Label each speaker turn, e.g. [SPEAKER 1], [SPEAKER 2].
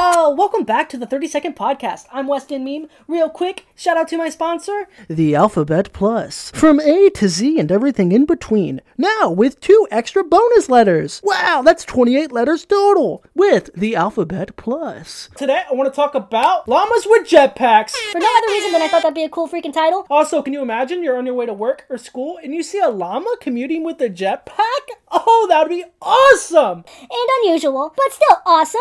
[SPEAKER 1] Uh, welcome back to the 30 Second Podcast. I'm Weston Meme. Real quick, shout out to my sponsor,
[SPEAKER 2] The Alphabet Plus. From A to Z and everything in between. Now with two extra bonus letters. Wow, that's 28 letters total with The Alphabet Plus.
[SPEAKER 1] Today, I want to talk about llamas with jetpacks.
[SPEAKER 3] For no other reason than I thought that'd be a cool freaking title.
[SPEAKER 1] Also, can you imagine you're on your way to work or school and you see a llama commuting with a jetpack? Oh, that would be awesome!
[SPEAKER 3] And unusual, but still awesome.